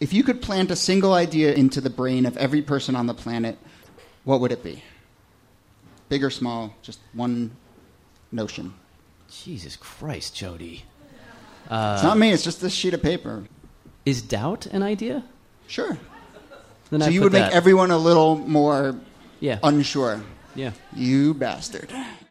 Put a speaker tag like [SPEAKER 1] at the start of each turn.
[SPEAKER 1] If you could plant a single idea into the brain of every person on the planet, what would it be? Big or small, just one notion.
[SPEAKER 2] Jesus Christ, Jody.
[SPEAKER 1] it's not me, it's just this sheet of paper.
[SPEAKER 2] Is doubt an idea?
[SPEAKER 1] Sure.
[SPEAKER 2] Then
[SPEAKER 1] so
[SPEAKER 2] I
[SPEAKER 1] you
[SPEAKER 2] put
[SPEAKER 1] would
[SPEAKER 2] that.
[SPEAKER 1] make everyone a little more
[SPEAKER 2] yeah
[SPEAKER 1] unsure.
[SPEAKER 2] yeah.
[SPEAKER 1] You bastard.